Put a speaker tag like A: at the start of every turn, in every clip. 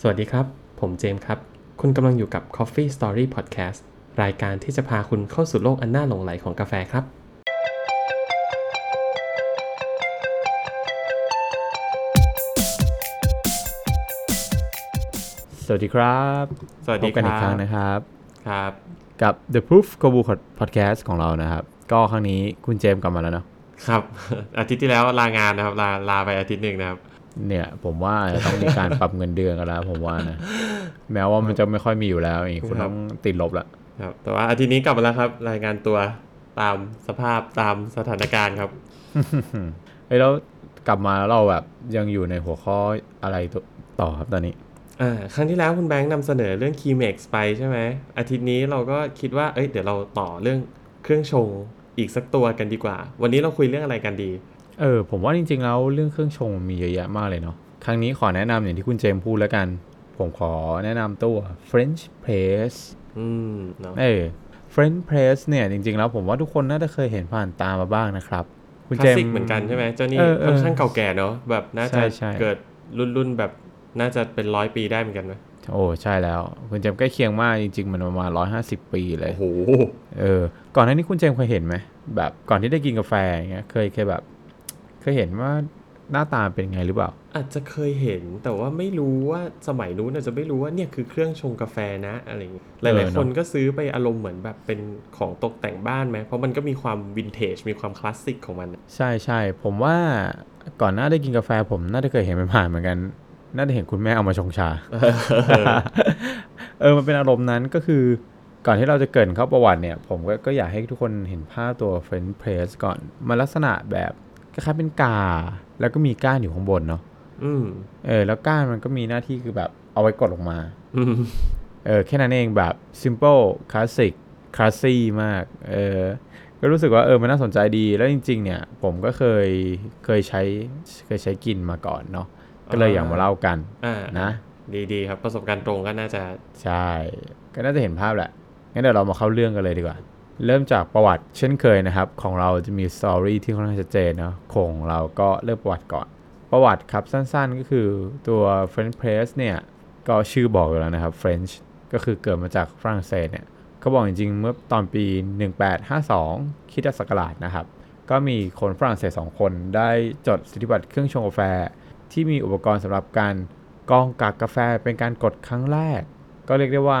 A: สวัสดีครับ ผมเจมส์ครับ คุณกำลังอยู่กับ Coffee Story Podcast รายการที่จะพาคุณเข้าสู่โลกอันน่าหลงไหลของกาแฟครับ
B: สวัสดีครับ
A: สวัสดี
B: พบกันอีก
A: ครับ
B: ครั้งนะครับ
A: ครับ
B: กับ The Proof k o b u Podcast ของเรานะครับ ก็ครั้งนี้คุณเจมส์กลับมาแล้วเนาะ
A: ครับ อาทิตย์ที่แล้วลางานนะครับ ลาลาไปอาทิตย์หนึ่งนะครับ
B: เนี่ยผมว่าจะต้องมีการ ปรับเงินเดือนกันแล้ว ผมว่านะ แม้ว่ามันจะไม่ค่อยมีอยู่แล้วอย่างงี้คุณ
A: ครับ
B: ต้องติดลบละ
A: ครับ แต่ว่าอาทิตย์นี้กลับมาแล้วครับ รายงานตัวตามสภาพตามสถานการณ์ครับ
B: เฮ้ยแล้วกลับมาแล้วเราแบบยังอยู่ในหัวข้ออะไรตต่อครับตอนนี้
A: อ่า ครั้งที่แล้วคุณแบงค์นำเสนอเรื่อง Keymax ไปใช่ไหม อาทิตย์นี้เราก็คิดว่า เอ้ย เดี๋ยวเราต่อเรื่องเครื่องชงอีกสักตัวกันดีกว่า วันนี้เราคุยเรื่องอะไรกันดี
B: เออผมว่าจริงๆแล้วเรื่องเครื่องชงมันมีเยอะแยะมากเลยเนาะครั้งนี้ขอแนะนำอย่างที่คุณเจมส์พูดแล้วกัน ผมขอแนะนำตัว French Press
A: อืมเนาะ
B: เออ French Press เนี่ยจริงๆแล้วผมว่าทุกคนน่าจะเคยเห็นผ่านตามาบ้างนะครับ คุณ
A: คลา
B: เจ
A: ส
B: ม
A: สิกเหมือนกันใช่ไหมเจ้านี่
B: เออเออ
A: ค่อนข้างเก่าแก่เนาะแบบน่า
B: ใช่
A: จะ
B: ใช่
A: เกิดรุ่นรุ่นแบบน่าจะเป็นร้อยปีได้เหมือนกันไหม
B: โอ้ใช่แล้ว คุณเจมใกล้เคียงมากจริงๆ มันประมาณ 150 ปีเลย
A: โอ้โห
B: เออก่อนหน้านี้คุณเจมเคยเห็นไหมแบบก่อนที่ได้กินกาแฟอย่างเงี้ยเคยเคยแบบ เคยเห็นว่าหน้าตาเป็นไงหรือเปล่า
A: อาจจะเคยเห็นแต่ว่าไม่รู้ว่าสมัยนู้นอาจจะไม่รู้ว่าเนี่ยคือเครื่องชงกาแฟนะอะไรอย่างเงี้ยห
B: เออ
A: ลายๆคน
B: เนอะ
A: ก็ซื้อไปอารมณ์เหมือนแบบเป็นของตกแต่งบ้านไหมเพราะมันก็มีความวินเทจมีความคลาสสิกของมันอะ
B: ใช่ใช่ผมว่าก่อนหน้าได้กินกาแฟผมน่าจะเคยเห็นมันผ่านเหมือนกัน น่าจะเห็นคุณแม่เอามาชงชา เออ มันเป็นอารมณ์นั้นก็คือ ก่อนที่เราจะเกรินเข้าประวัติเนี่ย ผมก็ก็อยากให้ทุกคนเห็นภาพตัว French Press ก่อน มันลักษณะแบบคล้ายๆเป็นกา แล้วก็มีก้านอยู่ข้างบนเนาะ
A: อืม
B: เออ แล้วก้านมันก็มีหน้าที่คือแบบเอาไว้กดลงมา
A: อืม
B: เออ แค่นั้นเองแบบ simple classic classy มาก เออ ก็รู้สึกว่าเออ มันน่าสนใจดี แล้วจริง ๆ เนี่ย ผมก็เคย เคยใช้ เคยใช้กินมาก่อนเนาะ ก็เลยอยากมาเล่ากัน
A: อ่า
B: นะ
A: ดีๆครับประสบการณ์ตรงก็น่าจะ
B: ใช่ ก็น่าจะเห็นภาพแหละ งั้นเดี๋ยวเรามาเข้าเรื่องกันเลยดีกว่า เริ่มจากประวัติเช่นเคยนะครับ ของเราจะมีสตอรี่ที่ค่อนข้างชัดเจนเนาะของเราก็เริ่มประวัติก่อน ประวัติครับสั้นๆก็คือตัว French Press เนี่ย ก็ชื่อบอกอยู่แล้วนะครับ French ก็คือเกิดมาจากฝรั่งเศสเนี่ยเขาบอกจริงๆ เมื่อตอนปี 1852คริดศักราชนะครับ ก็มีคนฝรั่งเศสสองคนได้จดสิทธิบัตรเครื่องชงกาแฟ ที่มีอุปกรณ์สำหรับการกรองกากกาแฟเป็นการกดครั้งแรก ก็เรียกได้ว่า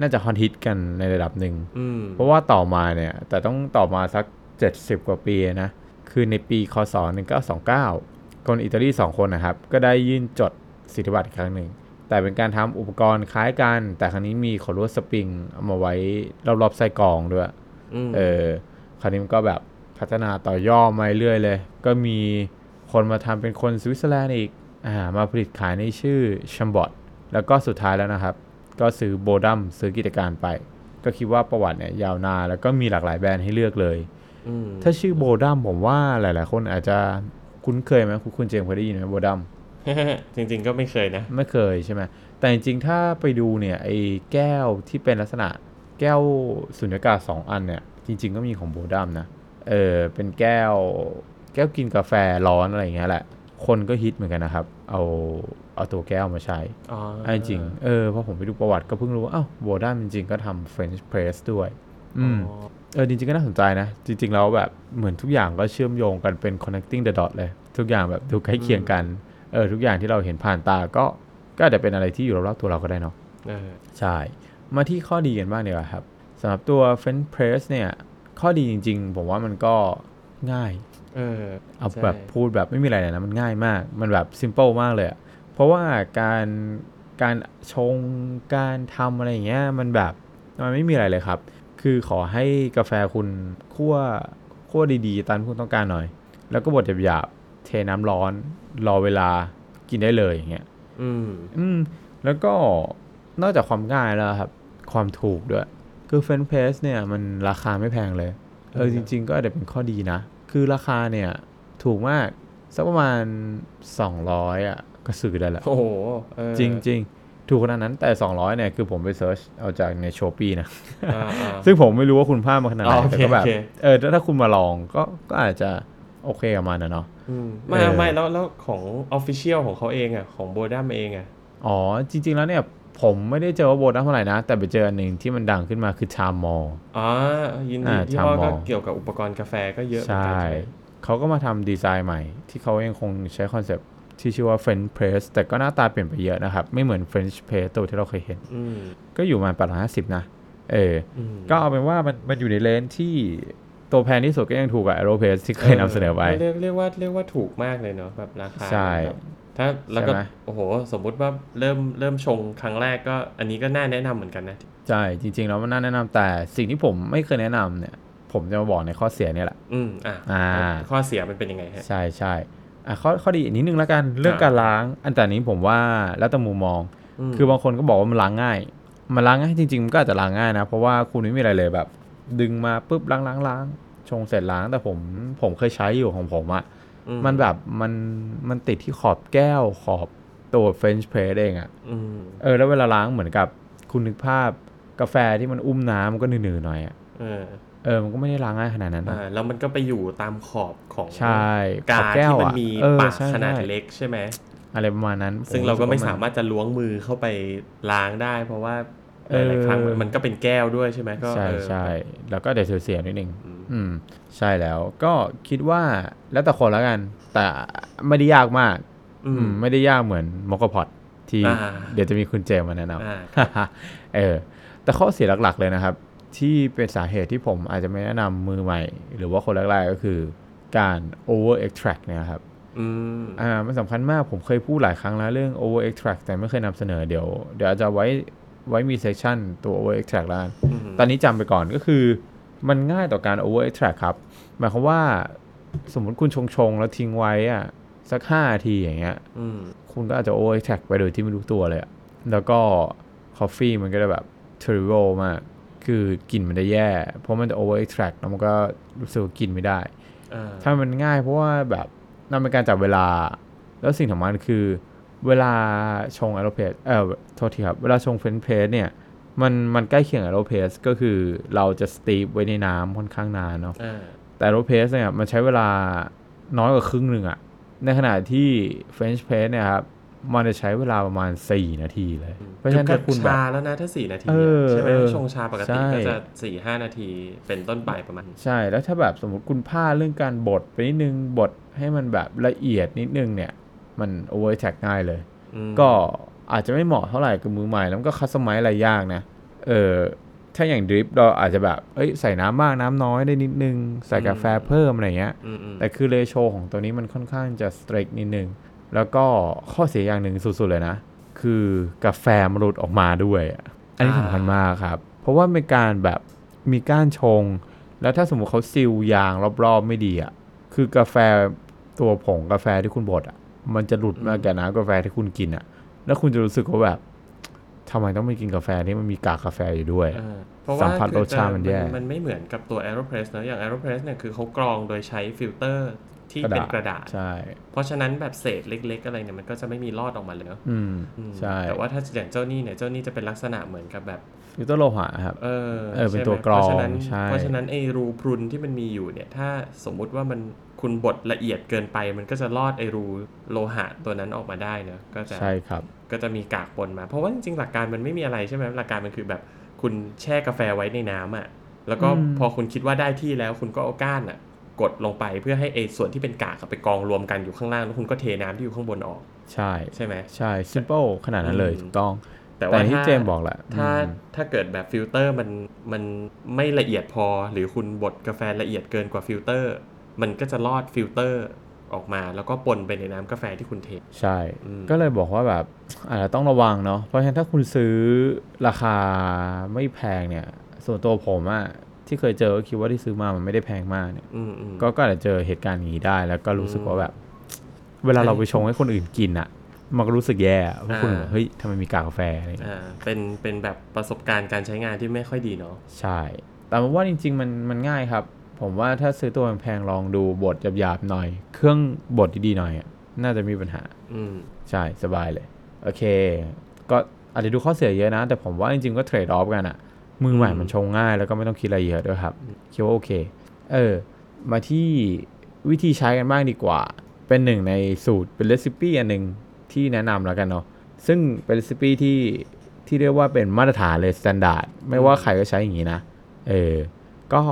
B: น่าจะฮอตฮิตกันในระดับหนึ่ง
A: อืม
B: เพราะว่าต่อมาเนี่ย แต่ต้องต่อมาสัก 70 กว่าปีนะ คือในปีคศ 1929 คนอิตาลี 2 คนนะครับ ก็ได้ยื่นจดสิทธิบัตรอีกครั้งหนึ่ง แต่เป็นการทำอุปกรณ์คล้ายกัน แต่ครั้งนี้มีขอรวดสปริงเอามาไว้รอบๆไส้กรองด้วย
A: อืม
B: เออคราวนี้มันก็แบบพัฒนาต่อย่อดมาเรื่อยเลย ก็มีคนมาทำเป็นคนสวิตเซอร์แลนด์อีกอ่ามาผลิตขายในชื่อชัมบอ t แล้วก็สุดท้ายแล้วนะครับ ก็ซื้อโบดัมซื้อกิจการไป ก็คิดว่าประวัติเนี่ยยาวนานแล้วก็มีหลากหลายแบรนด์ให้เลือกเลย
A: อืม
B: ถ้าชื่อโบดัมผมว่าหลาย ๆ คนอาจจะคุ้นเคยไหมคุณคุณเจมส์เคยได้ยินไหมโบดัม
A: จริงๆก็ไม่เคยนะ
B: ไม่เคยใช่ไหม แต่จริงๆ ถ้าไปดูเนี่ยไอ้แก้วที่เป็นลักษณะแก้วสุญญากาศสองอันเนี่ย จริงๆ ก็มีของโบดัมนะ เออ เป็นแก้วแก้วกินกาแฟร้อนอะไรอย่างเงี้ยแหละ คนก็ฮิตเหมือนกันนะครับ เอาเอาตัวแก้วมาใช้
A: อ๋อ
B: อันจริงๆเออพอผมไปดูประวัติก็เพิ่งรู้ว่าอ้าวโบดัมจริงๆ ก็ทำเฟรนช์เพรสด้วย อืม
A: อ๋อ
B: เออจริงๆก็น่าสนใจนะ จริงๆแล้วแบบเหมือนทุกอย่างก็เชื่อมโยงกันเป็น connecting the dot เลย ทุกอย่างแบบดูใกล้เคียงกันเออทุกอย่างที่เราเห็นผ่านตาก็ก็อาจจะเป็นอะไรที่อยู่รอบๆตัวเราก็ได้เนาะ
A: เออ
B: ใช่ มาที่ข้อดีกันบ้างดีกว่าครับสำหรับตัว French press เนี่ย ข้อดีจริงๆ ผมว่ามันก็ง่าย
A: เออ
B: เอา
A: ใช่
B: แบบพูดแบบไม่มีอะไรเลยนะ มันง่ายมาก มันแบบ simple มากเลยอะเพราะว่าการการชงการทำอะไรอย่างเงี้ยมันแบบมันไม่มีอะไรเลยครับ คือขอให้กาแฟคุณคั่วคั่วดีๆตามที่คุณต้องการหน่อย แล้วก็บดหยาบๆเทน้ำร้อน รอเวลากินได้เลยอย่างเงี้ย
A: อืม
B: อืมแล้วก็นอกจากความง่ายแล้วครับ ความถูกด้วย คือเฟนเพสเนี่ยมันราคาไม่แพงเลย เออ
A: ใช่ค
B: จ
A: รับ
B: ริง ๆ ก็อาจจะเป็นข้อดีนะ คือราคาเนี่ย ถูกมากสักประมาณ 200 อ่ะ ก็ซื้อได้ละ
A: โอ้โหเออ
B: จริง ๆ ถูกขนาดนั้นแต่ 200 เนี่ย คือผมไปเซิร์ชเอาจากในโชปีนะ
A: อ่าอ่า
B: ซึ่งผมไม่รู้ว่าคุณพลาดมาขนาดไห
A: อ๋อน โอเค
B: แต่ก็แบบ
A: โอเค
B: เออถ้าคุณมาลองก็ก็อาจจะโอเคกับมันนะเนาะ
A: อืมไม่
B: เออ
A: ไม่แล้วแล้วของออฟฟิเชียลของเขาเองอ่ะ ของโบดัมเองอ่ะ
B: อ๋อ จริง ๆ แล้วเนี่ยผมไม่ได้เจอว่าโบนัสเท่าไหร่นะ แต่ไปเจออันหนึ่งที่มันดังขึ้นมาคือชามมอ
A: อ๋อยินดี
B: อ่า
A: ยี่ห้อ
B: ชามมอ
A: ก็เกี่ยวกับอุปกรณ์กาแฟก็เยอะเหมือนกัน
B: ใช่
A: ใช่ไหม
B: เขาก็มาทำดีไซน์ใหม่ ที่เขายังคงใช้คอนเซปต์ที่ชื่อว่า French Press แต่ก็หน้าตาเปลี่ยนไปเยอะนะครับ ไม่เหมือน French Press ตัวที่เราเคยเห็น
A: อืม
B: ก็อยู่ประมาณประมาณห้าสิบนะ เออ
A: อืม
B: ก็เอาเป็นว่ามันมันอยู่ในเลนส์ที่ตัวแพงที่สุดก็ยังถูกกับ Aeropress ที่เคยนำเสนอไป
A: เรียกเรียกว่าเรียกว่าถูกมากเลยเนาะแบบราคา
B: ใช่
A: แบบถ้าแล้วก็
B: ใช่ไหม
A: โอ้โห สมมุติว่าเริ่มเริ่มชงครั้งแรกก็อันนี้ก็น่าแนะนำเหมือนกันนะ
B: ใช่ จริง ๆ แล้วมันน่าแนะนำแต่สิ่งที่ผมไม่เคยแนะนำเนี่ย ผมจะมาบอกในข้อเสียเนี่ยแหละ
A: อืมอ่ะ
B: อ่า
A: ข้อเสียมันเป็นยังไงฮะ
B: ใช่ใช่อ่ะข้อข้อดีอีกนิดนึงแล้วกันเรื่องการล้าง อันแต่นี้ผมว่าแล้วแต่มุมมอง
A: ม
B: คือบางคนก็บอกว่ามันล้างง่าย มันล้างง่ายจริงๆ มันก็อาจจะล้างง่ายนะ เพราะว่าคุณไม่มีอะไรเลยแบบ ดึงมาปุ๊บล้างล้างล้างชงเสร็จล้างแต่ผมผมเคยใช้อยู่ของผมอะ
A: อื
B: มันแบบมันมันติดที่ขอบแก้วขอบตัวเฟรนช์เพรสเองอะ
A: อืม
B: เออแล้วเวลาล้างเหมือนกับคุณนึกภาพกาแฟที่มันอุ้มน้ำมันก็หนืดๆหน่อยอะ
A: เออ
B: เออมันก็ไม่ได้ล้างง่ายขนาดนั้นนะ
A: อ่าแล้วมันก็ไปอยู่ตามขอบของ
B: ใช่ข
A: กา
B: อบ
A: ร
B: แก้ว
A: ที่มั
B: อะ
A: นมี
B: เออ
A: ปาก
B: ใช่
A: ขนาด
B: ใช่
A: เล็กใช่ไหม
B: อะไรประมาณนั้นผ
A: ซึ่งเราก็ไม่
B: สึว่น
A: สามารถจะล้วงมือเข้าไปล้างได้ เพราะว่าห
B: เออ
A: ลายๆครั้งมันมันก็เป็นแก้วด้วยใช่ไหมก็
B: ใช่
A: เออ
B: ใช่แล้วก็เดี๋ยวเสียๆนิดนึง
A: อืม
B: อืม ใช่แล้วก็คิดว่าแล้วแต่คนแล้วกัน แต่ไม่ได้ยากมาก
A: อื
B: อื
A: ม
B: ม ไม่ได้ยากเหมือนมอกพอดที่
A: อ่า
B: เดี๋ยวจะมีคุณเจมมาแนะน
A: อ่า
B: ำ เออ แต่ข้อเสียหลักๆเลยนะครับ ที่เป็นสาเหตุที่ผมอาจจะไม่แนะนำมือใหม่ หรือว่าคนแรกๆก็คือการ over extract เนยครับ
A: อืม
B: อ่ามันสำคัญมากผมเคยพูดหลายครั้งแล้วเรื่อง over extract แต่ไม่เคยนำเสนอเดี๋ยวเดี๋ยวอาจจะไว้ไว้มีเซสชันตัว over extract แล้วกัน
A: ม
B: ตอนนี้จำไปก่อนก็คือมันง่ายต่อการ over extract ครับ หมายความว่าสมมติคุณชงชงๆแล้วทิ้งไว้อะสัก5นาทีอย่างเงี้ย
A: อืม
B: คุณก็อาจจะ over extract ไปโดยที่ไม่รู้ตัวเลยอะแล้วก็ coffee มันก็จะแบบ terrible มาก คือกลิ่นมันจะแย่ เพราะมันจะ over extract แล้วมันก็รู้สึกว่ากินไม่ได้
A: อ่า
B: ถ้ามันง่ายเพราะว่าแบบนั่นเป็นการจับเวลา แล้วสิ่งสำคัญคือเวลาชงแอโรเพสเออโทษทีครับ เวลาชงเฟรนช์เพสเนี่ย มันมันใกล้เคียงแอโรเพสก็คือเราจะสตีฟไว้ในน้ำค่อนข้างนานเนาะ
A: อ่า
B: แต่แอโรเพสเนี่ยมันใช้เวลาน้อยกว่าครึ่งหนึ่งอะในขณะที่เฟรนช์เพสเนี่ยครับ มันจะใช้เวลาประมาณ 4 นาทีเลย เพราะฉะนั้น
A: เกือ
B: ถ้า
A: บๆ
B: คุณแบบ
A: ชาแล้วนะถ้าสี่นาที
B: เออ
A: ใช่ไหม
B: เออ
A: ชงชาปกติ
B: ใช่
A: ก็จะสี่ห้านาทีเป็นต้นไปประมาณ
B: ใช่ แล้วถ้าแบบสมมติคุณพลาดเรื่องการบดไปนิดนึงบดให้มันแบบละเอียดนิดนึงเนี่ย มันโอเวอร์แท็กง่ายเลย
A: อืม
B: ก็อาจจะไม่เหมาะเท่าไหร่กับมือใหม่ แล้วมันก็คัสตอมไมซ์อะไรยากนะ เออถ้าอย่างดริปเราอาจจะแบบ เอ้ยใส่น้ำมากน้ำน้อยได้นิดนึง ใส่กาแฟเพิ่มอะไรเงี้ย
A: อืมอืม
B: แต่คือเรโชของตัวนี้มันค่อนข้างจะสเตรกนิดนึง แล้วก็ข้อเสียอย่างหนึ่งสุดๆเลยนะ คือกาแฟมันหลุดออกมาด้วยอะอันนี้สำคัญมากครับ เพราะว่าเป็นการแบบมีก้านชง แล้วถ้าสมมติเขาซิลยางรอบๆไม่ดีอะ่ะ คือกาแฟตัวผงกาแฟที่คุณบดอะ่ะ มันจะหลุดมาแก่น้ำกาแฟที่คุณกินอะ่ะ แล้วคุณจะรู้สึกว่าแบบทำไมต้องไปกินกาแฟที่มันมีกากกาแฟอยู่ด้วย
A: เออเพราะ
B: สั
A: ว่าม
B: ผัส
A: คือ
B: รสชาติมันแย่
A: มันไม่เหมือนกับตัว Aeropress เนอะอย่าง Aeropress เนี่ยคือเขากรองโดยใช้ฟิลเตอร์ที่เป็นก
B: ก
A: ระ
B: ระ
A: ดา
B: ดา
A: ษ
B: ษ ใช่
A: เพราะฉะนั้นแบบเศษเล็ก ๆ อะไรเนี่ยมันก็จะไม่มีรอดออกมาเลยเนอะ
B: อืม
A: อืม
B: ใช่
A: แต่ว่าถ้าอย่างเจ้านี่เนี่ยเจ้านี่จะเป็นลักษณะเหมือนกับแบบ
B: ฟิลเตอร์โลหะครับ
A: เออ
B: เออเป็น
A: ใช่ไหม
B: ตัวกรอง
A: เพราะฉะนั้น
B: ใช่
A: เพราะฉะนั้นไอ้รูพรุนที่มันมีอยู่เนี่ย ถ้าสมมุติว่ามันคุณบดละเอียดเกินไป มันก็จะลอดไอ้รูโลหะตัวนั้นออกมาได้เนอะก็จะ
B: ใช่ครับ
A: ก็จะมีกากปนมา เพราะว่าจริงๆหลักการมันไม่มีอะไรใช่ไหมหลักการมันคือแบบคุณแช่กาแฟไว้ในน้ำอ่ะแล้วก็
B: อืม
A: พอคุณคิดว่าได้ที่แล้ว คุณก็เอาก้านอ่ะ กดลงไปเพื่อให้ไอ้ส่วนที่เป็นกากอะไปกองรวมกันอยู่ข้างล่างแล้วคุณก็เทน้ำที่อยู่ข้างบนออก
B: ใช่
A: ใช่ไหม
B: ใช่ simple ขนาดนั้นเลย
A: อืม
B: ถูกต้อง
A: แต่
B: แต่
A: ว่า
B: ที่
A: ถ้า
B: เจมส์บอกแหละ
A: ถ้า
B: อืม
A: ถ้าเกิดแบบฟิลเตอร์มันมันไม่ละเอียดพอ หรือคุณบดกาแฟละเอียดเกินกว่าฟิลเตอร์ มันก็จะลอดฟิลเตอร์ออกมา แล้วก็ปนไปในน้ำกาแฟที่คุณเท
B: ใช่
A: อืม
B: ก็เลยบอกว่าแบบอาจจะต้องระวังเนาะเพราะฉะนั้นถ้าคุณซื้อราคาไม่แพงเนี่ย ส่วนตัวผมอะที่เคยเจอก็คิดว่าที่ซื้อมามันไม่ได้แพงมากเนี่ย
A: อืมอืม
B: ก็ก็อาจจะเจอเหตุการณ์อย่างนี้ได้ แล้วก็รู้สึกว่าแบบ เวลาเราไปชงให้คนอื่นกินอะมันก็รู้สึกแย่อะเพราะคุณ
A: อ่า
B: แบบเฮ้ยทำไมมีกากกาแฟอะไรอย่างเงี้ย
A: อ่าเป็นเป็นแบบประสบการณ์การใช้งานที่ไม่ค่อยดีเนาะ
B: ใช่ แต่ผมว่าจริง ๆ มันมันง่ายครับ ผมว่าถ้าซื้อตัวแพงๆลองดูบทหยาบๆหน่อย เครื่องบทดีๆหน่อยอะน่าจะมีปัญหา
A: อืม
B: ใช่ สบายเลย โอเค ก็อาจจะดูข้อเสียเยอะนะ แต่ผมว่าจริง ๆ ก็เทรดออฟกันอะมือใหม่มันชงง่ายแล้วก็ไม่ต้องคิดอะไรเยอะด้วยครับคิดว่าโอเค เออ มาที่วิธีใช้กันบ้างดีกว่า เป็นหนึ่งในสูตรเป็นเรซิปี้อันหนึ่งที่แนะนำแล้วกันเนาะ ซึ่งเป็นรีซิปีที่ที่เรียกว่าเป็นมาตรฐานเลย s t ต n d า r d ไม่ว่าใครก็ใช้อย่างนี้นะ เออ ก็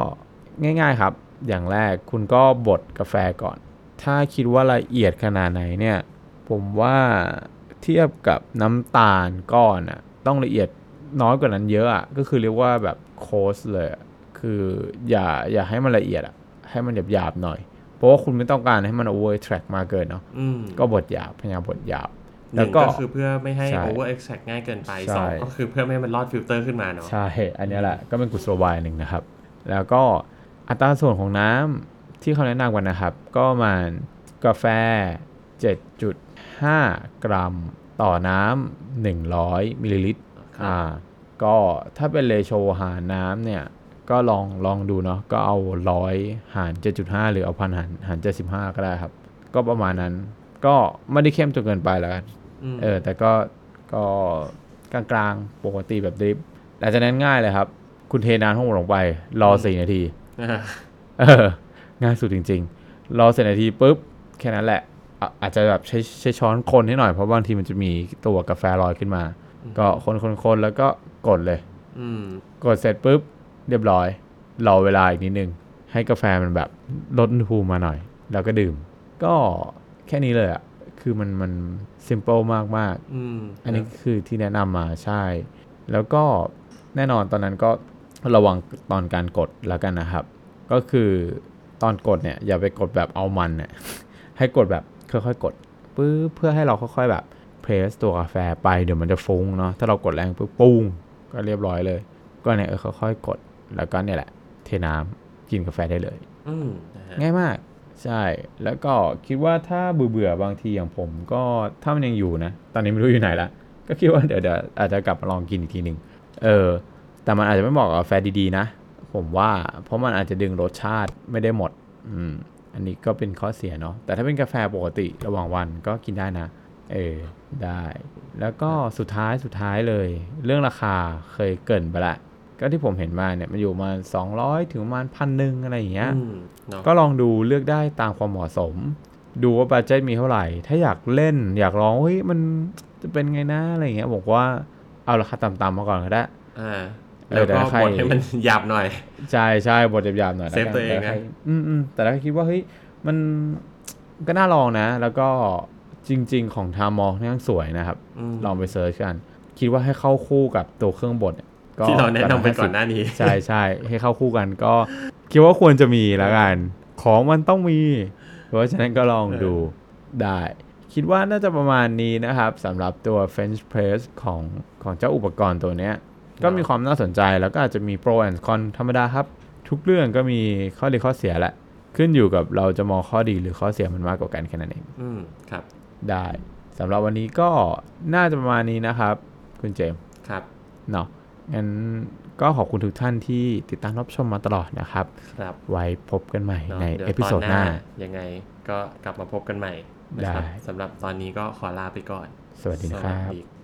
B: ง่ายๆครับ อย่างแรกคุณก็บดกาแฟก่อน ถ้าคิดว่าละเอียดขนาดไหนเนี่ย ผมว่าเทียบกับน้ำตาลก้อนอะต้องละเอียดน้อยกว่านั้นเยอะอะก็คือเรียกว่าแบบโคสเลยอะคืออย่าอย่าให้มันละเอียดอะให้มันหยาบๆหน่อย เพราะว่าคุณไม่ต้องการให้มันโอเวอร์แทร็กมากเกินเนาะ
A: อืม
B: ก็บดหยาบพยายามบดหยาบ
A: ห
B: แล้
A: นึ่
B: ว
A: ง
B: ก็
A: ก็คือเพื่อไม่ให้
B: ใช่
A: over extract ง่ายเกินไปสอ
B: ใช่
A: งก็คือเพื่อไม่ให้มันลอดฟิลเตอร์ขึ้นมาเนาะ
B: ใช่ อันเนี้ยแหละก็เป็นกุศโลบายหนึ่งนะครับ แล้วก็อัตราส่วนของน้ำที่เขาแนะนำกันนะครับ ก็ประมาณกาแฟ 7.5 กรัมต่อน้ำ100มิลลิลิตร
A: ครับ
B: อ่า ก็ถ้าเป็นเลโชหารน้ำเนี่ย ก็ลองลองดูเนาะ ก็เอาร้อยหาร 7.5 หรือเอาพันหารหาร 75 ก็ได้ครับ ก็ประมาณนั้น ก็ไม่ได้เข้มจนเกินไปแล้วกัน
A: ม
B: เออแต่ก็ก็กลางๆ ปกติแบบดริปหลังจากนั้นง่ายเลยครับ คุณเทน้ำทั้งหมดลงไป รอสี่นาที
A: า
B: เออ ง่ายสุดจริง ๆ รอสี่นาทีปุ๊บ แค่นั้นแหละอ่ะอาจจะแบบใช้ใช้ช้อนคนให้หน่อยเพราะบางทีมันจะมีตัวกาแฟลอยขึ้นมา ก็คนคนคนแล้วก็กดเลย
A: อืม
B: กดเสร็จปุ๊บ เรียบร้อย รอเวลาอีกนิดนึง ให้กาแฟมันแบบลดอุณหภูมิมาหน่อย แล้วก็ดื่ม ก็แค่นี้เลยอะคือมันมัน simple มากๆ
A: อืม
B: อันนี้คือที่แนะนำมาใช่ แล้วก็แน่นอนตอนนั้นก็ระวังตอนการกดแล้วกันนะครับ ก็คือตอนกดเนี่ยอย่าไปกดแบบเอามันเนี่ย ให้กดแบบค่อยๆกดปื้เพื่อให้เราค่อยๆแบบเพรสตัวกาแฟไปเดี๋ยวมันจะฟุ้งเนาะถ้าเรากดแรงปุ๊บปุ้งก็เรียบร้อยเลย ก็เนี่ยเออค่อยๆกดแล้วก็เนี่ยแหละ เทน้ำกินกาแฟได้เลย
A: อืมนะฮะ
B: ง่ายมาก ใช่แล้วก็คิดว่าถ้าเบื่อๆบางทีอย่างผมก็ถ้ามันยังอยู่นะ ตอนนี้ไม่รู้อยู่ไหนละก็คิดว่าเดี๋ยวเดี๋ยวอาจจะกลับมาลองกินอีกทีหนึ่งเออ แต่มันอาจจะไม่เหมาะกับกาแฟดีๆนะ ผมว่าเพราะมันอาจจะดึงรสชาติไม่ได้หมด อืม อันนี้ก็เป็นข้อเสียเนาะแต่ถ้าเป็นกาแฟปกติระหว่างวันก็กินได้นะ เออได้ แล้วก็สุดท้ายสุดท้ายเลย เรื่องราคาเคยเกรินไปละ ก็ที่ผมเห็นมาเนี่ยมันอยู่ประมาณ200 ถึงประมาณพันหนึ่งอะไรอย่างเงี้ย
A: อืมเนาะ
B: ก็ลองดูเลือกได้ตามความเหมาะสม ดูว่าบัจเจตมีเท่าไหร่ ถ้าอยากเล่น อยากลองเฮ้ยมันจะเป็นไงนะอะไรอย่างเงี้ยบอกว่าเอาราคาต่ำๆมาก่อนก็ได้
A: อ่า
B: เออ
A: แล้ว
B: แต่
A: ก็
B: ถ้าใคร
A: บดให้มันหยาบหน่อย
B: ใช่ใช่บทหยาบๆหน่อย
A: เซฟตั
B: แล้กั
A: วเองนะ
B: แถ้าใครอืมอืมแต่ถ้าคิดว่าเฮ้ยมันก็น่าลองนะ แล้วก็จริง ๆ ของทามอลค่อนข้างสวยนะครับ
A: ม
B: ลองไปเซิร์ชกัน คิดว่าให้เข้าคู่กับตัวเครื่องบดเนี่ยก็
A: ที่เราแนะนำไปก่อนหน้านี้
B: ใช่ใช่ให้เข้าคู่กันก็ คิดว่าควรจะมีแล้วกัน ของมันต้องมี เพราะฉะนั้นก็ลองดูได้ คิดว่าน่าจะประมาณนี้นะครับสำหรับตัว French Press ของของเจ้าอุปกรณ์ตัวเนี้ย ก็มีความน่าสนใจแล้วก็อาจจะมี Pro and Con ธรรมดาครับ ทุกเรื่องก็มีข้อดีข้อเสียแหละ ขึ้นอยู่กับเราจะมองข้อดีหรือข้อเสียมันมากกว่ากันแค่นั้นเอง
A: อืมครับ
B: ได้สำหรับวันนี้ก็น่าจะประมาณนี้นะครับ คุณเจมส์
A: ครับ
B: เนาะงั้นก็ขอบคุณทุกท่านที่ติดตามรับชมมาตลอดนะครับ
A: ครับ
B: ไว้พบกันใหม่
A: ะ
B: ใน
A: ดี๋ยว
B: เอพิโซด
A: ต
B: หน้า
A: ยังไงก็กลับมาพบกันใหม่นะครับ
B: ได้
A: สำหรับตอนนี้ก็ขอลาไปก่อน
B: สวัสดี
A: ส
B: ครับ
A: ดี